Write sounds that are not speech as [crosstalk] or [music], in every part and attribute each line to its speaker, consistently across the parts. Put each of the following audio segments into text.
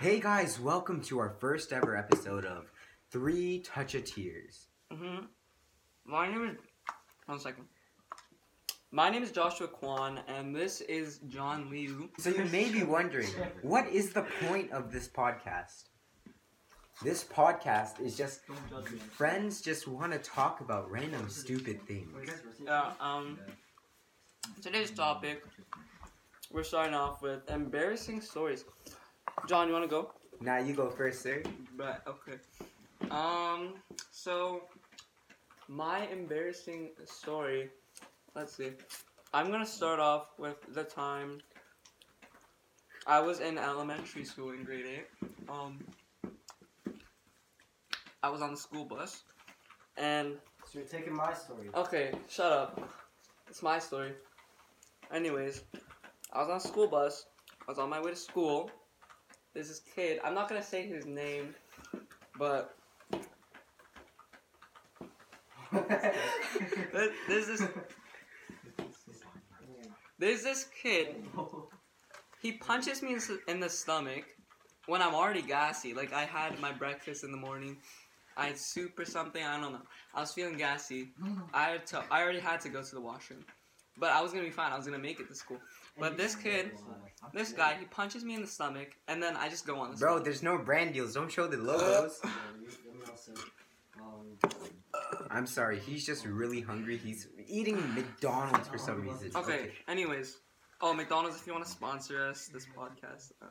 Speaker 1: Hey guys, welcome to our first ever episode of Three Touch of Tears.
Speaker 2: hmm My name is. One second. My name is Joshua Kwan, and this is John Liu.
Speaker 1: So you may be wondering, what is the point of this podcast? This podcast is just
Speaker 3: Don't judge me.
Speaker 1: friends just want to talk about random stupid things.
Speaker 2: Yeah, um, today's topic, we're starting off with embarrassing stories. John, you want to go?
Speaker 1: Now you go first, sir.
Speaker 2: Right, okay. Um, so, my embarrassing story, let's see. I'm gonna start off with the time I was in elementary school in grade 8. Um, I was on the school bus, and
Speaker 3: So you're taking my story.
Speaker 2: Okay, shut up. It's my story. Anyways, I was on a school bus. I was on my way to school. There's this kid. I'm not gonna say his name, but there- there's this there's this kid. He punches me in s- in the stomach when I'm already gassy. Like I had my breakfast in the morning. I had soup or something. I don't know. I was feeling gassy. I had to, I already had to go to the washroom, but I was gonna be fine. I was gonna make it to school. But this kid, this guy, he punches me in the stomach, and then I just go on the
Speaker 1: Bro,
Speaker 2: stomach.
Speaker 1: there's no brand deals. Don't show the logos. I'm sorry. He's just really hungry. He's eating McDonald's for some reason.
Speaker 2: Okay. Anyways, oh McDonald's, if you want to sponsor us this podcast, uh,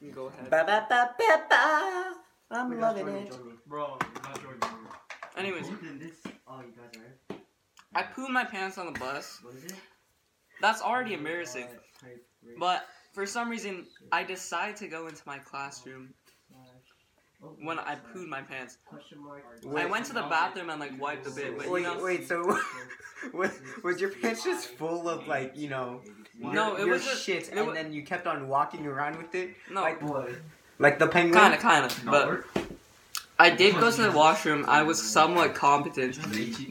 Speaker 2: you can go ahead.
Speaker 1: Ba ba ba ba ba. I'm loving it.
Speaker 4: Bro, you're not joining me.
Speaker 2: Anyways,
Speaker 3: this. Oh, you guys are.
Speaker 2: I pooed my pants on the bus.
Speaker 3: What is it?
Speaker 2: That's already embarrassing.
Speaker 3: Uh, type rate.
Speaker 2: But for some reason, I decide to go into my classroom
Speaker 3: Oh,
Speaker 2: when I pooed my pants.
Speaker 3: Question mark.
Speaker 1: Wait.
Speaker 2: I went to the bathroom and like wiped a bit, but you
Speaker 1: Wait,
Speaker 2: know,
Speaker 1: wait, so was, was your pants just full of like, you know, your, [laughs]
Speaker 2: No, it
Speaker 1: your
Speaker 2: was just-
Speaker 1: shit
Speaker 2: it
Speaker 1: and
Speaker 2: wa-
Speaker 1: then you kept on walking around with it?
Speaker 2: no,
Speaker 1: Like,
Speaker 3: Boy.
Speaker 1: like the penguin?
Speaker 2: kind of, kind of, but. I did go to the washroom. I was somewhat competent,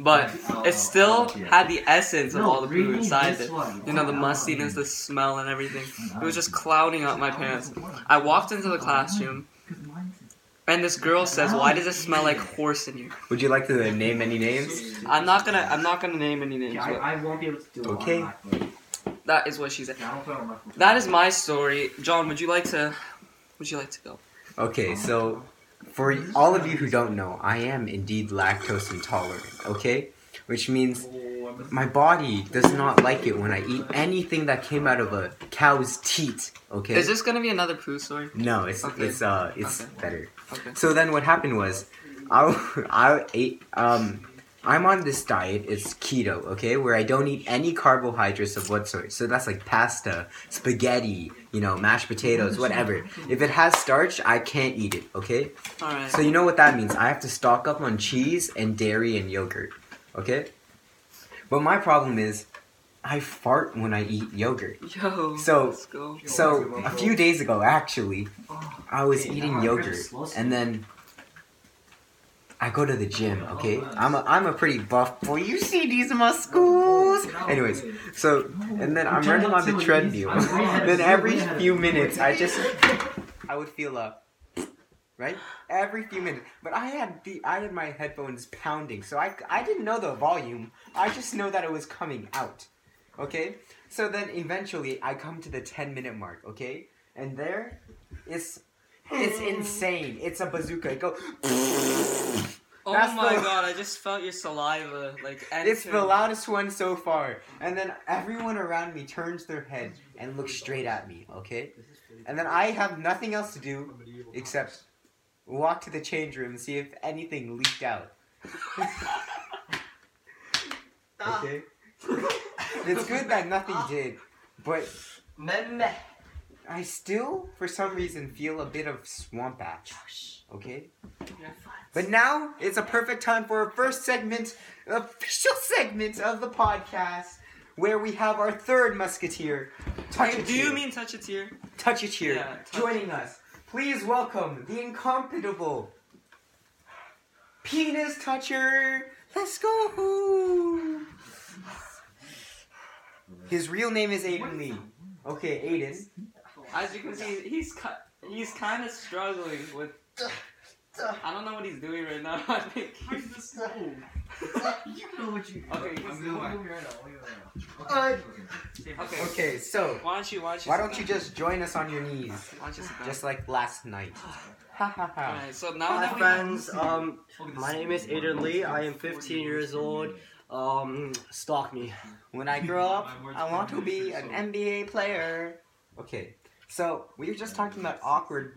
Speaker 2: but it still had the essence of all the poo inside it. You know, the mustiness, the smell, and everything. It was just clouding up my pants. I walked into the classroom, and this girl says, "Why does it smell like horse in here?"
Speaker 1: Would you like to name any names?
Speaker 2: I'm not gonna, I'm not gonna name any names.
Speaker 3: Yeah,
Speaker 2: But
Speaker 3: I, I won't be able to do it.
Speaker 1: Okay.
Speaker 3: on my phone.
Speaker 2: that is what she said.
Speaker 4: Yeah, I don't play on my phone.
Speaker 2: That is my story. John, would you like to, would you like to go?
Speaker 1: Okay, so for all of you who don't know, I am indeed lactose intolerant, okay? Which means
Speaker 4: Oh, I'm
Speaker 1: my body does not like it when I eat anything that came out of a cow's teat, okay?
Speaker 2: Is this gonna be another poo story?
Speaker 1: No, it's
Speaker 2: Okay.
Speaker 1: it's uh it's
Speaker 2: Okay.
Speaker 1: better.
Speaker 2: Okay.
Speaker 1: So then what happened was, I I ate um. I'm on this diet. It's keto, okay, where I don't eat any carbohydrates of what sort. So that's like pasta, spaghetti, you know, mashed potatoes, whatever. If it has starch, I can't eat it, okay?
Speaker 2: All right.
Speaker 1: So you know what that means. I have to stock up on cheese and dairy and yogurt, okay? But my problem is, I fart when I eat yogurt.
Speaker 2: [laughs] Yo.
Speaker 1: So-
Speaker 2: let's go.
Speaker 1: So a few days ago, actually, I was eating yogurt, and then I go to the gym. Okay, I'm a I'm a pretty buff boy. You see these muscles. Anyways, so and then I'm running on the treadmill. [laughs] then every few minutes, I just I would feel up. Right, every few minutes. But I had the I had my headphones pounding, so I I didn't know the volume. I just know that it was coming out. Okay, so then eventually I come to the ten minute mark. Okay, and there, it's it's insane. It's a bazooka. It go.
Speaker 2: Oh
Speaker 1: That's
Speaker 2: my
Speaker 1: the-
Speaker 2: god! I just felt your saliva like enter.
Speaker 1: It's the loudest one so far. And then everyone around me turns their head and looks straight at me, okay? And then I have nothing else to do except walk to the change room and see if anything leaked out. okay? [laughs] It's
Speaker 4: [laughs]
Speaker 1: good that nothing did, but I still, for some reason, feel a bit of swamp ass. Okay?
Speaker 2: Yeah.
Speaker 1: But now it's a perfect time for our first segment, official segment of the podcast, where we have our third musketeer, Touch a
Speaker 2: Do you
Speaker 1: Cheer.
Speaker 2: mean touch a tear?
Speaker 1: Touch a Cheer,
Speaker 2: Yeah, Touch-
Speaker 1: joining us. Please welcome the incompatible penis toucher. Let's go. His real name is Aiden Lee. Okay, Aiden.
Speaker 2: As you can see, he's ki- he's kind of struggling with. I don't know what he's doing right now. [laughs] I think.
Speaker 4: How
Speaker 2: He's,
Speaker 4: did this go?
Speaker 3: You know what you
Speaker 2: [laughs] okay,
Speaker 4: I'm
Speaker 2: he's-
Speaker 4: doing
Speaker 2: why
Speaker 4: it.
Speaker 5: [laughs]
Speaker 3: Uh,
Speaker 2: Okay.
Speaker 1: Okay, so
Speaker 2: don't you why don't you?
Speaker 1: why
Speaker 2: sit
Speaker 1: don't you
Speaker 2: down?
Speaker 1: just join us on your knees,
Speaker 2: Why don't you sit down?
Speaker 1: just like last night? Ha ha ha.
Speaker 2: Alright, so now
Speaker 5: Hi
Speaker 2: that we
Speaker 5: friends, um, my name is Aiden Lee. I am 15 years old. Um, stalk me.
Speaker 1: When I grow up, I want to be an NBA player. Okay, so we were just talking about awkward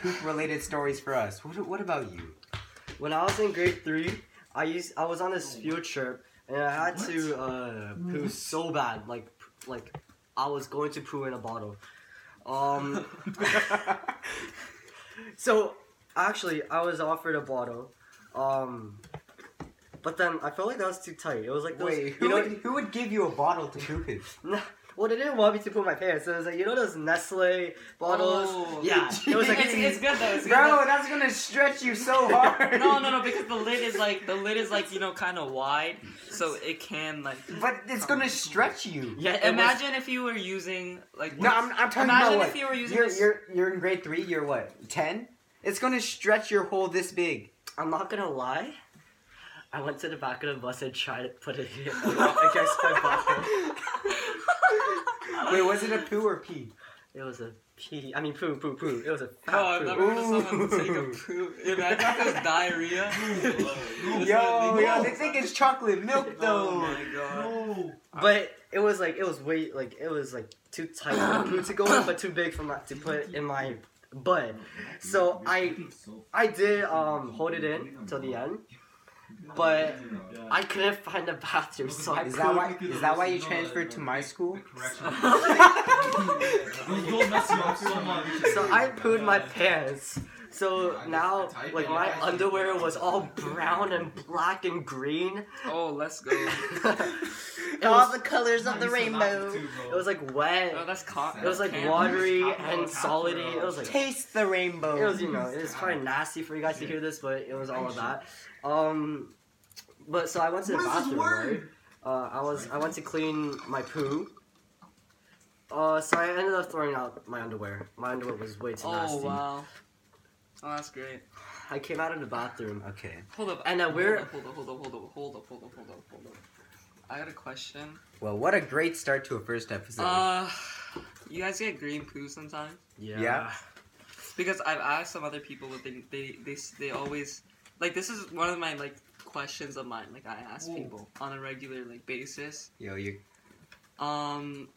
Speaker 1: poop-related stories for us. What, what about
Speaker 2: [laughs]
Speaker 1: you?
Speaker 5: When I was in grade three, I used I was on this
Speaker 1: Oh
Speaker 5: field trip and I had to uh poo so bad, like like I was going to poo in a bottle.
Speaker 1: [laughs]
Speaker 5: Um, so actually, I was offered a bottle. Um, but then I felt like that was too tight. It was like those, [laughs]
Speaker 1: Wait, who,
Speaker 5: you know,
Speaker 1: would, who would give you a bottle to poop in?
Speaker 5: Well, they didn't want me to put my pants. So it was like, you know those Nestle bottles?
Speaker 2: Oh.
Speaker 5: yeah. It
Speaker 1: [laughs]
Speaker 5: was like,
Speaker 2: it's, it's good though. It's good
Speaker 1: Bro,
Speaker 2: though.
Speaker 1: that's gonna stretch you so hard.
Speaker 2: [laughs]
Speaker 1: [laughs]
Speaker 2: No, no, no, because the lid is like the lid is like you know kind of wide, so it can like.
Speaker 1: But it's gonna stretch you.
Speaker 5: yeah, it was-
Speaker 2: Imagine if you were using like.
Speaker 1: No, I'm, I'm talking
Speaker 2: Imagine
Speaker 1: about
Speaker 2: if
Speaker 1: what?
Speaker 2: you were using
Speaker 1: are
Speaker 2: [laughs] this-
Speaker 1: you're you're in grade three. You're what? Ten? It's gonna stretch your hole this big.
Speaker 5: I'm not gonna lie. I went to the back of the bus and tried to put it [laughs] in- against my bottle.
Speaker 1: Wait, was it a poo or pee?
Speaker 5: It was a pee. I mean, poo, poo, poo. It was a fat
Speaker 2: Oh, I've
Speaker 5: poo.
Speaker 2: never heard of someone take a poop. Imagine if it was diarrhea.
Speaker 1: Yo,
Speaker 4: [laughs]
Speaker 1: yo, they think it's chocolate milk
Speaker 2: Oh
Speaker 1: though.
Speaker 2: my god.
Speaker 4: No.
Speaker 5: But it was like it was way like it was like too tight for the poo to go in, but too big for my to put in my butt. [laughs] So I I did um hold it in till the end. But I couldn't find a bathroom, so I
Speaker 1: Is
Speaker 5: pooped.
Speaker 1: that why? Is that why you transferred to my school?
Speaker 5: [laughs]
Speaker 4: Don't mess you up so much.
Speaker 5: So
Speaker 4: [laughs]
Speaker 5: I pooed my pants. So now, like my underwear
Speaker 2: [laughs]
Speaker 5: was all brown and black and
Speaker 4: [laughs]
Speaker 5: green.
Speaker 2: Oh, let's go.
Speaker 5: it, was,
Speaker 1: colors
Speaker 5: it was like wet.
Speaker 2: Oh, that's co-
Speaker 5: It was like
Speaker 2: Cam-
Speaker 5: watery and solidy. It was like it
Speaker 1: Taste the rainbow.
Speaker 5: was you know it was probably nasty for you guys to hear this, but it was all of that. Um, but so I went to the
Speaker 4: What is this
Speaker 5: bathroom. Right?
Speaker 4: word?
Speaker 5: Uh, I was I went to clean my poo. Uh, so I ended up throwing out my underwear. My underwear was way too
Speaker 2: Oh
Speaker 5: nasty.
Speaker 2: wow. Oh, that's great.
Speaker 5: I came out of the bathroom.
Speaker 1: Okay.
Speaker 2: Hold up.
Speaker 5: And, uh,
Speaker 2: hold
Speaker 5: we're-
Speaker 2: up, Hold up. Hold up. Hold up. Hold up. Hold up. Hold up. Hold up. I got a question.
Speaker 1: Well, what a great start to a first episode.
Speaker 2: Uh, you guys get green poo sometimes?
Speaker 1: Yeah.
Speaker 2: because I've asked some other people what they they they, s- they always like this is one of my like questions of mine like I ask
Speaker 4: Whoa.
Speaker 2: people on a regular like basis.
Speaker 1: Yo, you.
Speaker 2: Um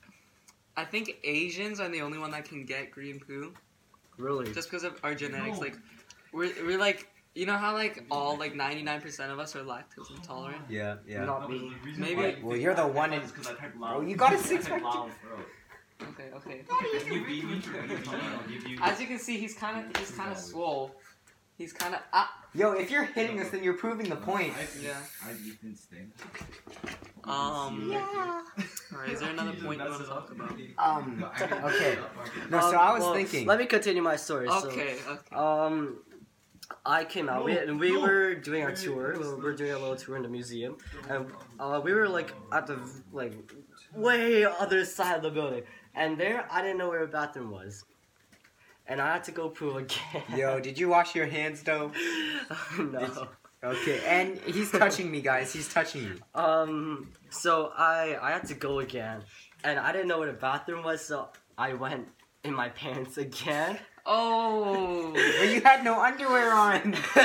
Speaker 2: I think Asians are the only one that can get green poo
Speaker 5: Really?
Speaker 2: just because of our genetics
Speaker 4: No.
Speaker 2: like we're we're like you know how like all like 99% of us are lactose intolerant?
Speaker 1: Yeah, yeah.
Speaker 5: Not me.
Speaker 2: Maybe-
Speaker 1: Well, you're the one in- Bro, you
Speaker 4: [laughs]
Speaker 1: got a six-pack
Speaker 2: Okay, okay.
Speaker 4: You beat me. You beat me.
Speaker 2: As you can see he's kind of he's kind of swole. He's kind of ah,
Speaker 1: Yo, if you're hitting us, then you're proving the point.
Speaker 2: yeah.
Speaker 6: I've eaten steak.
Speaker 2: Um,
Speaker 6: Yeah.
Speaker 2: All right, is there
Speaker 4: [laughs]
Speaker 2: another point you want to talk about?
Speaker 1: [laughs] Um. okay. No,
Speaker 5: Um,
Speaker 1: so I was
Speaker 5: well,
Speaker 1: thinking.
Speaker 5: Let me continue my story.
Speaker 2: Okay, okay.
Speaker 5: So, um, I came out. we,
Speaker 4: No,
Speaker 5: we
Speaker 4: no.
Speaker 5: were doing our
Speaker 4: Wait,
Speaker 5: tour.
Speaker 4: what's
Speaker 5: We
Speaker 4: the-
Speaker 5: were doing a little tour in the museum. And uh, we were like at the like way other side of the building, and there I didn't know where a bathroom was, and I had to go poo again. [laughs]
Speaker 1: Yo, did you wash your hands though?
Speaker 5: no.
Speaker 1: Okay, and he's touching me, guys. He's touching me.
Speaker 5: Um. So I I had to go again, and I didn't know where the bathroom was, so I went in my [laughs] pants
Speaker 2: [laughs]
Speaker 5: again.
Speaker 2: Oh.
Speaker 1: But you had no underwear on. [laughs]
Speaker 5: [laughs]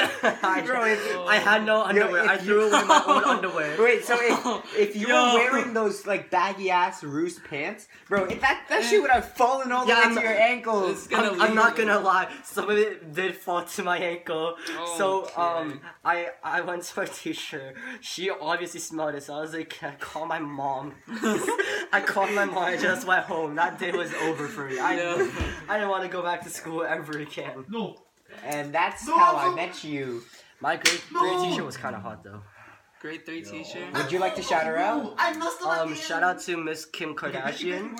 Speaker 5: I,
Speaker 1: Bro, if-
Speaker 5: [laughs] I had no underwear.
Speaker 1: if
Speaker 5: I threw
Speaker 1: you-
Speaker 5: away my
Speaker 2: [laughs]
Speaker 5: own underwear.
Speaker 1: Wait, so if, if you
Speaker 2: Yo.
Speaker 1: were wearing those like baggy ass roost pants, bro, if that that shit would have fallen all the
Speaker 5: Yeah,
Speaker 1: way
Speaker 5: I'm-
Speaker 1: to your ankles.
Speaker 2: It's gonna
Speaker 5: I'm, I'm
Speaker 2: leave.
Speaker 5: not gonna lie, some of it did fall to my ankle. So um, I I went to her teacher. She obviously smelled it, so I was like, "Can I call
Speaker 2: [laughs]
Speaker 5: my mom?" [laughs] I called my mom. I just went home. That day was over for me. I
Speaker 2: Yeah.
Speaker 5: I didn't want to go back to school ever again.
Speaker 4: No.
Speaker 1: And that's
Speaker 4: No,
Speaker 1: how I
Speaker 4: no.
Speaker 1: met you.
Speaker 5: My grade
Speaker 4: No.
Speaker 5: grade teacher was kind of hot though.
Speaker 2: Grade three teacher.
Speaker 1: Would you like to shout her out?
Speaker 4: I must have
Speaker 5: Um, shout out to Miss Kim
Speaker 4: [laughs]
Speaker 5: Kardashian.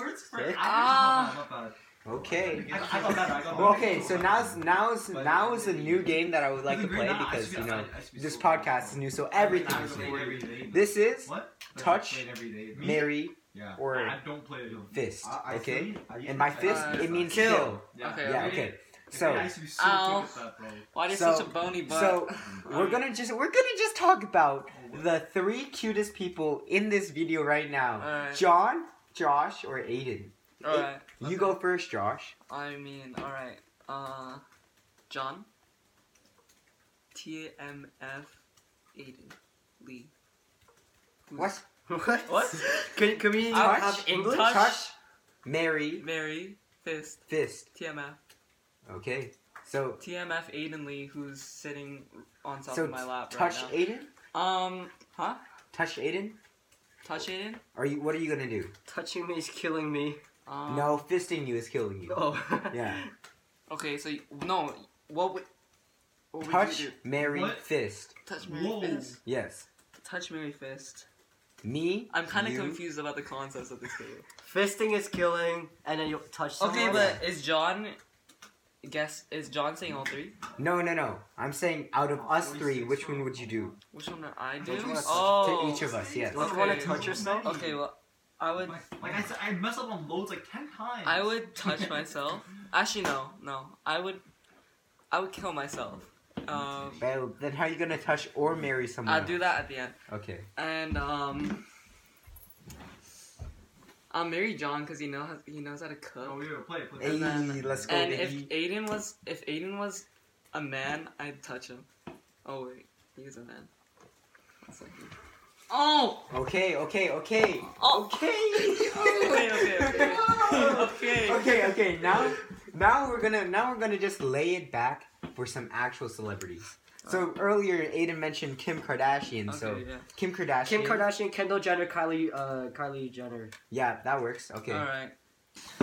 Speaker 4: Ah.
Speaker 1: Okay.
Speaker 4: I got better. I got better.
Speaker 1: Well, okay, so now's now's now is a new game that I would like to play because you know this podcast is new, so everything is new. This is
Speaker 6: What?
Speaker 1: touch,
Speaker 6: Every day.
Speaker 1: marry,
Speaker 4: Yeah.
Speaker 1: Or-
Speaker 4: I don't play it.
Speaker 1: Fist.
Speaker 3: I- I
Speaker 1: Okay.
Speaker 3: see. I-
Speaker 1: And by fist,
Speaker 2: Uh,
Speaker 1: it means
Speaker 5: kill.
Speaker 1: kill.
Speaker 4: Yeah.
Speaker 2: Okay, Oh.
Speaker 1: Yeah.
Speaker 2: okay.
Speaker 1: Okay.
Speaker 4: So,
Speaker 1: So
Speaker 4: I used to be so
Speaker 2: Ow.
Speaker 4: good at that, bro.
Speaker 2: Why is
Speaker 1: So-
Speaker 2: such a bony butt?
Speaker 1: so
Speaker 2: I
Speaker 1: we're
Speaker 2: mean,
Speaker 1: gonna just we're gonna just talk about the three cutest people in this video right now.
Speaker 2: Alright.
Speaker 1: John, Josh, or Aiden.
Speaker 2: All right.
Speaker 1: You go first, Josh.
Speaker 2: I mean, all right. Uh, John. T M F, Aiden, Lee. Who's-
Speaker 1: What?
Speaker 5: What?
Speaker 2: What?
Speaker 1: [laughs]
Speaker 5: Can, can we
Speaker 2: Touch?
Speaker 5: have English?
Speaker 2: Touch?
Speaker 1: Touch, Mary,
Speaker 2: Mary, Fist,
Speaker 1: Fist.
Speaker 2: TMF,
Speaker 1: Okay. So
Speaker 2: TMF, Aiden Lee, who's sitting on top
Speaker 1: so
Speaker 2: of my lap
Speaker 1: touch
Speaker 2: right
Speaker 1: Aiden.
Speaker 2: now. Um, huh?
Speaker 1: Touch Aiden.
Speaker 2: Touch Aiden?
Speaker 1: Are you? What are you gonna do?
Speaker 5: Touching me is killing me. [laughs]
Speaker 2: Um,
Speaker 1: no, fisting you is killing
Speaker 2: [laughs]
Speaker 1: you.
Speaker 5: Oh.
Speaker 1: Yeah.
Speaker 2: Okay, so you, no. What would? What would
Speaker 1: Touch,
Speaker 2: you do?
Speaker 1: Mary,
Speaker 4: What?
Speaker 1: Fist.
Speaker 2: Touch Mary
Speaker 4: Whoa.
Speaker 2: Fist.
Speaker 1: Yes.
Speaker 2: Touch Mary Fist.
Speaker 1: Me.
Speaker 2: I'm kind of
Speaker 1: you,
Speaker 2: confused about the concepts of this game.
Speaker 5: Fisting is killing, and then you touch someone.
Speaker 2: Okay, but is John? Guess is John saying all three?
Speaker 1: No, no, no. I'm saying out of
Speaker 4: Oh,
Speaker 1: us three,
Speaker 4: 46.
Speaker 1: which one would you do?
Speaker 2: Which one would I do?
Speaker 5: Which one is-
Speaker 2: Oh,
Speaker 1: to each of us, yes.
Speaker 5: Do you want to touch yourself?
Speaker 2: Okay, well, I would.
Speaker 4: Like, like I said, I messed up on loads like ten times.
Speaker 2: I would
Speaker 4: [laughs]
Speaker 2: touch myself. Actually, no, no. I would. I would kill myself. Um,
Speaker 1: Well, then how are you gonna touch or marry someone?
Speaker 2: I'll do that at the end.
Speaker 1: Okay.
Speaker 2: And um, I'll marry John because he knows he knows how to cook.
Speaker 4: Oh, yeah, play, it, play.
Speaker 1: Hey,
Speaker 4: it.
Speaker 2: then-
Speaker 1: let's go,
Speaker 2: And if
Speaker 1: baby.
Speaker 2: Aiden was if Aiden was a man, I'd touch him. Oh wait, he is a man. That's like- Oh,
Speaker 1: Okay, okay, okay,
Speaker 2: oh,
Speaker 5: [laughs]
Speaker 2: okay,
Speaker 1: okay.
Speaker 2: okay,
Speaker 1: [laughs]
Speaker 2: okay, okay.
Speaker 1: okay, okay. Now, now we're gonna now we're gonna just lay it back for some actual celebrities. So earlier, Aiden mentioned Kim Kardashian. so
Speaker 2: Okay, yeah.
Speaker 1: Kim Kardashian.
Speaker 5: Kim Kardashian, Kendall Jenner, Kylie, uh, Kylie Jenner.
Speaker 1: Yeah, that works. Okay.
Speaker 2: All right.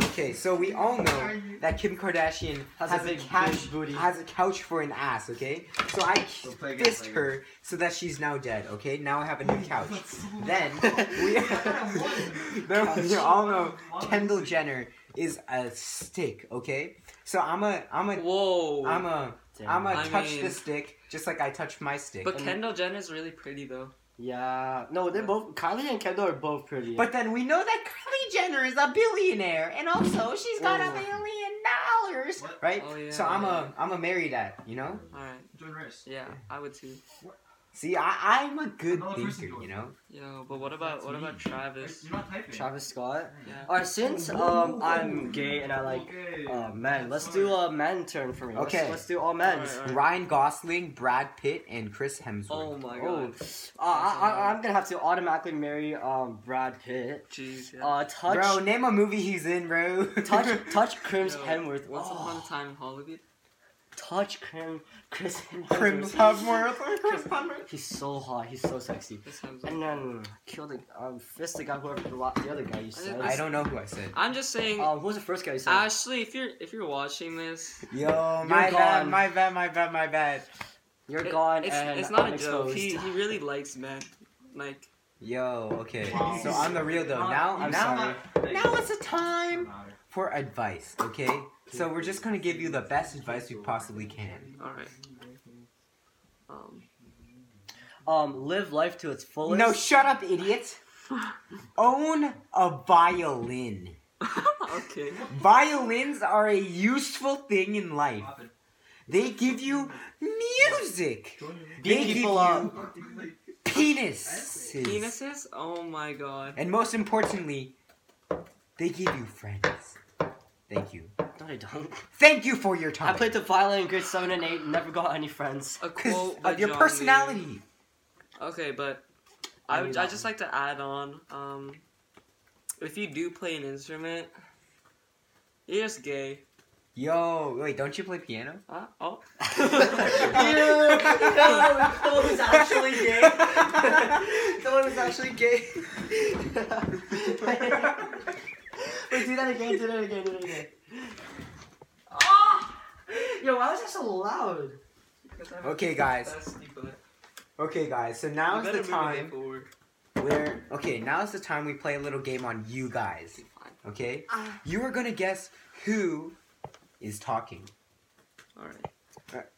Speaker 1: Okay. So we all know that Kim Kardashian has,
Speaker 5: Has a
Speaker 1: a,
Speaker 5: big,
Speaker 1: couch
Speaker 5: big booty.
Speaker 1: has a couch for an ass. Okay. So I
Speaker 4: play again,
Speaker 1: fist
Speaker 4: play again.
Speaker 1: her so that she's now dead. Okay. Now I have a new couch.
Speaker 4: That's so-
Speaker 5: [laughs]
Speaker 1: then
Speaker 4: [laughs]
Speaker 1: we no, [laughs] you all know Kendall Jenner is a stick, okay? So I'm a I'm a
Speaker 2: Whoa.
Speaker 1: I'm a I'm a
Speaker 2: I
Speaker 1: touch
Speaker 2: mean-
Speaker 1: the stick just like I touch my stick.
Speaker 2: but Kendall Jenner's really pretty though.
Speaker 5: Yeah. No, they're both. Kylie and Kendall are both pretty.
Speaker 1: But then we know that Kylie Jenner is a billionaire and also she's got a
Speaker 5: Whoa.
Speaker 1: million dollars,
Speaker 4: What?
Speaker 1: right?
Speaker 2: Oh, yeah,
Speaker 1: so I'm
Speaker 2: yeah.
Speaker 1: a I'm a marry that, you know?
Speaker 2: All right.
Speaker 4: Join race.
Speaker 2: Yeah, I would too.
Speaker 1: See, I I'm a good
Speaker 4: Another person
Speaker 1: thinker,
Speaker 4: goes.
Speaker 1: you know?
Speaker 2: Yo, but what about what about Travis?
Speaker 4: You're not typing.
Speaker 5: Travis Scott.
Speaker 2: Yeah.
Speaker 5: Alright, since um I'm gay and I like
Speaker 4: Okay.
Speaker 5: uh, men, let's do a man turn for me. Let's-
Speaker 1: Okay.
Speaker 5: Let's, do all men.
Speaker 2: Alright, alright.
Speaker 1: Ryan Gosling, Brad Pitt, and Chris Hemsworth.
Speaker 2: Oh my
Speaker 5: Oh,
Speaker 2: god.
Speaker 5: uh, I, I, I'm gonna have to automatically marry um Brad Pitt.
Speaker 2: Jeez. Yeah.
Speaker 5: Uh, touch,
Speaker 1: Bro, name a movie he's in, bro. [laughs]
Speaker 5: touch, touch, Crims
Speaker 2: Yo,
Speaker 5: Hemsworth.
Speaker 2: Once
Speaker 5: Oh,
Speaker 2: upon a time in Hollywood.
Speaker 5: touch, Crim, Chris
Speaker 1: Crims
Speaker 5: Hemsworth.
Speaker 1: Hemsworth. Crims Hemsworth.
Speaker 5: He's so hot. He's so sexy.
Speaker 2: This time's
Speaker 5: And then kill the um fist the guy whoever the, la- the other guy you said.
Speaker 1: I don't know who I said.
Speaker 2: I'm just saying,
Speaker 5: Um, who was the first guy you said?
Speaker 2: Ashley, if you're if you're watching this,
Speaker 1: Yo, my bad,
Speaker 5: gone.
Speaker 1: my bad, my bad, my bad.
Speaker 5: You're
Speaker 2: It-
Speaker 5: gone.
Speaker 2: It's,
Speaker 5: and
Speaker 2: it's not
Speaker 5: I'm
Speaker 2: a joke.
Speaker 5: exposed.
Speaker 2: He, he really likes men. Like
Speaker 1: Yo, okay.
Speaker 4: Wow.
Speaker 1: So I'm the real though. Now,
Speaker 5: I'm
Speaker 1: now,
Speaker 5: sorry.
Speaker 1: now it's a time for advice. Okay. So we're just gonna give you the best advice we possibly can.
Speaker 2: all right. Um, [laughs]
Speaker 5: Um, live life to its fullest.
Speaker 1: No, shut up, idiot. Own a violin.
Speaker 2: okay.
Speaker 1: Violins are a useful thing in life. They give you music. They give
Speaker 5: people
Speaker 1: you
Speaker 5: up.
Speaker 1: penises.
Speaker 2: Penises? Oh my god.
Speaker 1: And most importantly, they give you friends. Thank you.
Speaker 5: No, I don't.
Speaker 1: Thank you for your
Speaker 5: I
Speaker 1: time.
Speaker 5: played the violin in grade seven and eight. Never got any friends. [laughs]
Speaker 1: [laughs]
Speaker 2: A
Speaker 1: 'Cause
Speaker 2: quote by
Speaker 1: of your
Speaker 2: John
Speaker 1: personality.
Speaker 2: Lee. Okay, but
Speaker 5: I
Speaker 2: I
Speaker 5: knew
Speaker 2: would I
Speaker 5: that
Speaker 2: just like to add on. Um, if you do play an instrument, you're just gay.
Speaker 1: Yo, wait, don't you play piano? [laughs]
Speaker 2: Huh? Oh.
Speaker 5: was actually gay. Someone was actually gay. Wait, do that again. Do that again. Do that again. Ah! Yo, why was that so loud?
Speaker 1: Okay, guys.
Speaker 2: That's stupid.
Speaker 1: Okay, guys. So
Speaker 2: You
Speaker 1: now's
Speaker 2: better
Speaker 1: the
Speaker 2: move it
Speaker 1: time
Speaker 2: forward.
Speaker 1: where. Okay, now's the time we play a little game on you guys.
Speaker 2: Fine.
Speaker 1: Okay? You are gonna guess who is talking.
Speaker 2: All right.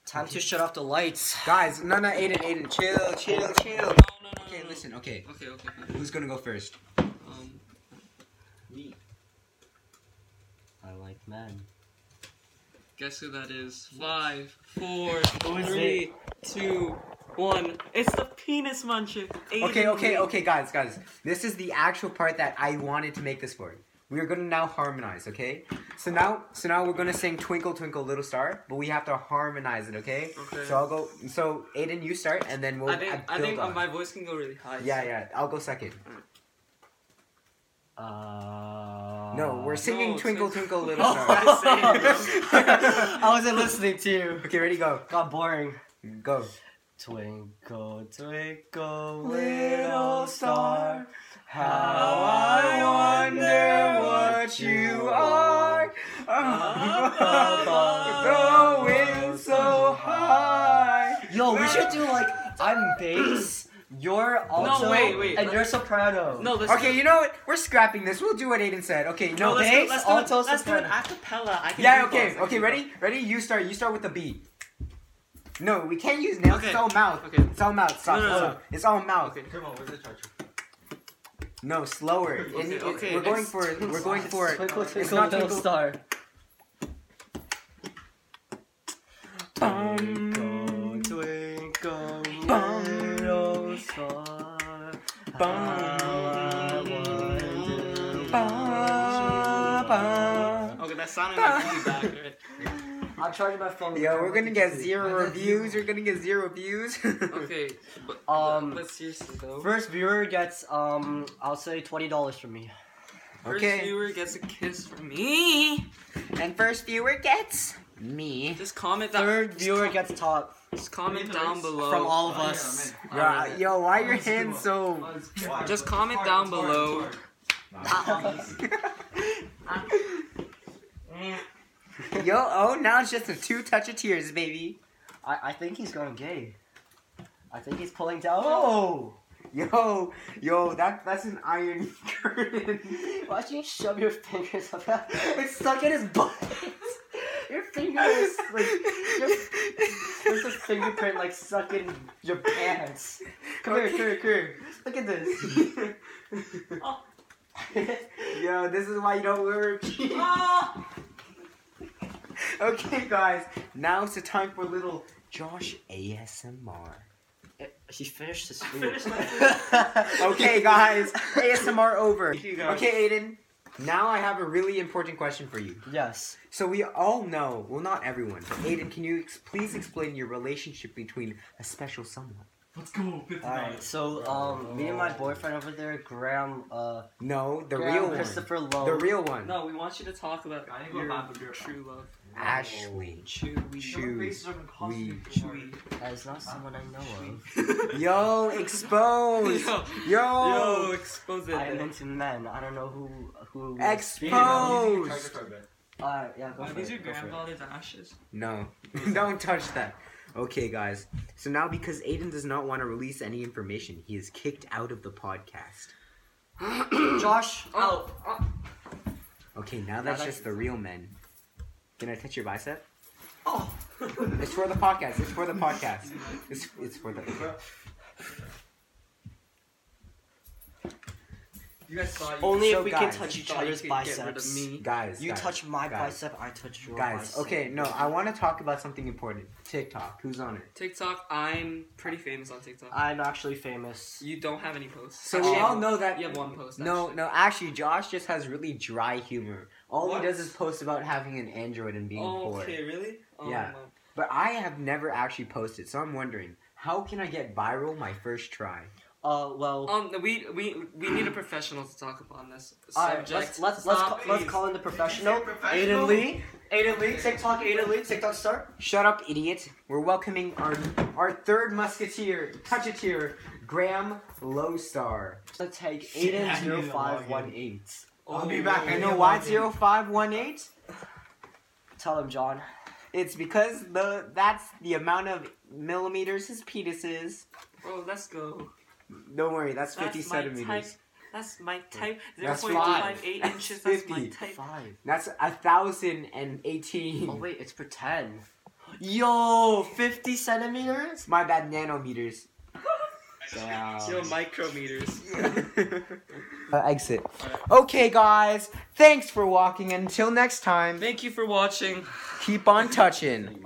Speaker 5: Time to shut off the lights.
Speaker 1: Guys, no, no, Aiden, Aiden, chill, chill, chill.
Speaker 2: No, no, no.
Speaker 1: Okay,
Speaker 2: no, no.
Speaker 1: listen, okay.
Speaker 2: Okay, okay. okay.
Speaker 1: Who's gonna go first?
Speaker 2: Um,
Speaker 5: like men.
Speaker 2: Guess who that is? Five, four,
Speaker 1: is
Speaker 2: three, two, one. It's the penis muncher. Aiden
Speaker 1: Okay, okay,
Speaker 2: Lee.
Speaker 1: okay, guys, guys. This is the actual part that I wanted to make this for. We are gonna now harmonize, okay? So now, so now we're gonna sing "Twinkle Twinkle Little Star," but we have to harmonize it, okay?
Speaker 2: Okay.
Speaker 1: So I'll go. So Aiden, you start, and then we'll.
Speaker 2: I think
Speaker 1: build
Speaker 2: I think
Speaker 1: on.
Speaker 2: uh, my voice can go really high.
Speaker 1: Yeah, yeah. I'll go second.
Speaker 5: Uh,
Speaker 1: No, we're singing
Speaker 2: Oh. no,
Speaker 1: "Twinkle
Speaker 2: sing- [laughs]
Speaker 1: Twinkle Little
Speaker 5: Oh,
Speaker 1: Star." [laughs]
Speaker 5: I, see. I wasn't listening to you.
Speaker 1: okay, ready? Go,
Speaker 5: Got boring.
Speaker 1: go.
Speaker 5: Twinkle, twinkle,
Speaker 1: Little star,
Speaker 5: little star,
Speaker 1: How
Speaker 5: I wonder what you are.
Speaker 2: Oh,
Speaker 1: [laughs] going so high.
Speaker 5: Yo, we should do like I'm bass, you're alto,
Speaker 2: wait, wait,
Speaker 5: and
Speaker 2: let-
Speaker 5: you're soprano.
Speaker 2: No, let's
Speaker 1: Okay,
Speaker 2: do,
Speaker 1: you know what? We're scrapping this. We'll do what Aiden said. Okay,
Speaker 2: no,
Speaker 1: no,
Speaker 2: let's
Speaker 5: bass,
Speaker 2: do, let's do, it-
Speaker 5: alto,
Speaker 2: let's do an
Speaker 5: soprano.
Speaker 2: acapella. I can
Speaker 1: Yeah,
Speaker 2: do
Speaker 1: okay,
Speaker 2: both, I
Speaker 1: okay,
Speaker 2: can
Speaker 1: ready? Ready? You start. You start with the beat. No, we can't use nails.
Speaker 2: Okay.
Speaker 1: It's all mouth.
Speaker 2: Okay.
Speaker 1: It's all mouth. Stop.
Speaker 2: No, no, no.
Speaker 1: stop. It's all mouth.
Speaker 2: Okay.
Speaker 4: Come on, where's the charger?
Speaker 1: No, slower. It-
Speaker 2: Okay,
Speaker 1: it-
Speaker 2: okay,
Speaker 1: We're going
Speaker 2: it's-
Speaker 1: for. We're going for.
Speaker 5: Twinkle,
Speaker 1: it's
Speaker 5: twinkle,
Speaker 1: not
Speaker 5: little
Speaker 1: twinkle-
Speaker 5: star. Um,
Speaker 1: Bum.
Speaker 5: twinkle,
Speaker 1: Bum.
Speaker 5: star.
Speaker 1: Bum. Ba, ba.
Speaker 2: Okay, that sounded like really
Speaker 1: [laughs]
Speaker 2: bad. Right?
Speaker 5: I'm charging my phone.
Speaker 1: Yo, we're gonna get zero reviews. We're gonna get zero views. [laughs]
Speaker 2: Okay, but
Speaker 5: Um,
Speaker 2: but seriously though,
Speaker 5: First viewer gets um, I'll say twenty dollars from me.
Speaker 2: first
Speaker 1: okay.
Speaker 2: viewer gets a kiss from me.
Speaker 1: and first viewer gets me.
Speaker 2: Just comment that.
Speaker 5: Third
Speaker 2: just
Speaker 5: viewer
Speaker 2: com-
Speaker 5: gets top
Speaker 2: Just comment
Speaker 4: Really
Speaker 2: down
Speaker 4: nice.
Speaker 2: below.
Speaker 5: from all of
Speaker 4: Oh, yeah,
Speaker 5: us.
Speaker 4: man.
Speaker 2: on
Speaker 1: Right,
Speaker 2: it.
Speaker 1: yo, why are your
Speaker 4: Let's do
Speaker 1: hands
Speaker 4: it.
Speaker 1: so?
Speaker 2: Just comment down below.
Speaker 5: [laughs]
Speaker 1: Yo, oh, now it's just a two touch of tears, baby.
Speaker 5: I, I think he's going gay. I think he's pulling down. Oh!
Speaker 1: Yo, yo, that that's an
Speaker 5: [laughs]
Speaker 1: iron curtain.
Speaker 5: Why'd you shove your fingers up? [laughs] that- It's stuck in his butt. [laughs] Your finger is like your,
Speaker 2: [laughs]
Speaker 5: there's a fingerprint like stuck in your pants. Come here, come here, come here. Look at this.
Speaker 1: Yo, this is why you don't wear a
Speaker 2: Ah!
Speaker 1: [laughs] Okay, guys, now it's the time for little Josh ASMR.
Speaker 5: he finished his
Speaker 2: food. Finished my
Speaker 1: Okay, guys, ASMR over.
Speaker 5: You guys.
Speaker 1: Okay, Aiden, now I have a really important question for you.
Speaker 5: Yes.
Speaker 1: So we all know, well, not everyone, but Aiden, can you ex- please explain your relationship between a special someone?
Speaker 4: Let's go. Fifty
Speaker 5: All right.
Speaker 4: dollars.
Speaker 5: So um, me and my boyfriend over there, Graham, uh,
Speaker 1: No, the
Speaker 5: Graham
Speaker 1: real one.
Speaker 5: Christopher Lowe.
Speaker 1: The real one.
Speaker 2: No, we want you to talk about
Speaker 4: I ain't gonna
Speaker 2: your
Speaker 4: laugh if you're-
Speaker 2: true love.
Speaker 1: Ashley.
Speaker 2: Chewy.
Speaker 1: Shoes. We-
Speaker 2: Chewy.
Speaker 5: That is not someone I know of.
Speaker 2: [laughs]
Speaker 1: Yo, exposed.
Speaker 2: Yo, yo,
Speaker 1: [laughs] Yo,
Speaker 2: expose it.
Speaker 5: I am into men. I don't know who who.
Speaker 1: exposed.
Speaker 5: Uh, yeah, go
Speaker 2: Are
Speaker 5: for
Speaker 2: these
Speaker 5: it,
Speaker 2: your
Speaker 5: go for it.
Speaker 2: grandfather's ashes?
Speaker 1: No, [laughs] don't touch that. Okay, guys. So now, because Aiden does not want to release any information, he is kicked out of the podcast.
Speaker 5: [clears throat] Josh,
Speaker 2: Oh, oh,
Speaker 1: Okay, now that's
Speaker 5: that's-
Speaker 1: just the real men. Can I touch your bicep?
Speaker 2: oh.
Speaker 1: [laughs] It's for the podcast. It's for the podcast. It's, it's for the.
Speaker 2: you guys saw you.
Speaker 5: only
Speaker 1: So
Speaker 5: if we
Speaker 1: guys,
Speaker 5: can touch
Speaker 2: you
Speaker 5: each
Speaker 2: thought you
Speaker 5: other's
Speaker 2: could get rid of
Speaker 5: biceps.
Speaker 2: me.
Speaker 1: Guys,
Speaker 5: You
Speaker 1: guys,
Speaker 5: touch my
Speaker 1: guys.
Speaker 5: bicep, I touch your
Speaker 1: Guys,
Speaker 5: bicep.
Speaker 1: okay, no, I want to talk about something important. TikTok. Who's on it?
Speaker 2: TikTok, I'm pretty famous on TikTok.
Speaker 5: I'm actually famous.
Speaker 2: you don't have any posts.
Speaker 1: So
Speaker 2: Actually,
Speaker 1: we
Speaker 2: you
Speaker 1: all
Speaker 2: have-
Speaker 1: know that.
Speaker 2: you have one post.
Speaker 1: No,
Speaker 2: actually.
Speaker 1: no, actually, Josh just has really dry humor. All
Speaker 2: What?
Speaker 1: he does is post about having an Android and being
Speaker 2: Oh,
Speaker 1: poor.
Speaker 2: okay, really? Oh,
Speaker 1: Yeah.
Speaker 2: my-
Speaker 1: But I have never actually posted, so I'm wondering how can I get viral my first try?
Speaker 5: Uh, well,
Speaker 2: Um, we we we need a professional to talk upon this
Speaker 5: alright,
Speaker 2: subject.
Speaker 5: let's let's let's,
Speaker 2: Stop,
Speaker 5: ca- let's
Speaker 2: please.
Speaker 5: call in the professional. Aiden Lee, Aiden Lee, TikTok, Aiden Lee, TikTok star.
Speaker 1: Shut up, idiot! We're welcoming our our third musketeer, toucheteer, Graham
Speaker 2: [laughs]
Speaker 1: oh Lowstar.
Speaker 5: To take
Speaker 4: Shit, I
Speaker 5: Aiden
Speaker 4: need to
Speaker 5: zero
Speaker 4: log
Speaker 5: five
Speaker 4: in.
Speaker 5: one eight.
Speaker 2: Oh,
Speaker 4: I'll be back.
Speaker 1: You
Speaker 4: I
Speaker 1: know
Speaker 4: know
Speaker 1: why
Speaker 4: login.
Speaker 1: zero five one eight?
Speaker 5: Tell him, John.
Speaker 1: It's because the that's the amount of millimeters his penis is.
Speaker 2: Bro, let's go.
Speaker 1: Don't worry, that's
Speaker 2: That's
Speaker 1: fifty
Speaker 2: my
Speaker 1: centimeters.
Speaker 2: type. That's my type. Zero
Speaker 1: That's
Speaker 2: point
Speaker 1: five.
Speaker 2: five eight
Speaker 1: That's
Speaker 2: inches. That's my
Speaker 1: 50.
Speaker 2: type.
Speaker 5: Five.
Speaker 1: That's a thousand and eighteen.
Speaker 5: Oh wait, it's for ten. Yo, fifty centimeters.
Speaker 1: My bad, nanometers.
Speaker 2: Yo, micrometers.
Speaker 1: [laughs] Uh, exit. Okay, guys. Thanks for walking. Until next time,
Speaker 2: Thank you for watching.
Speaker 1: keep on touching.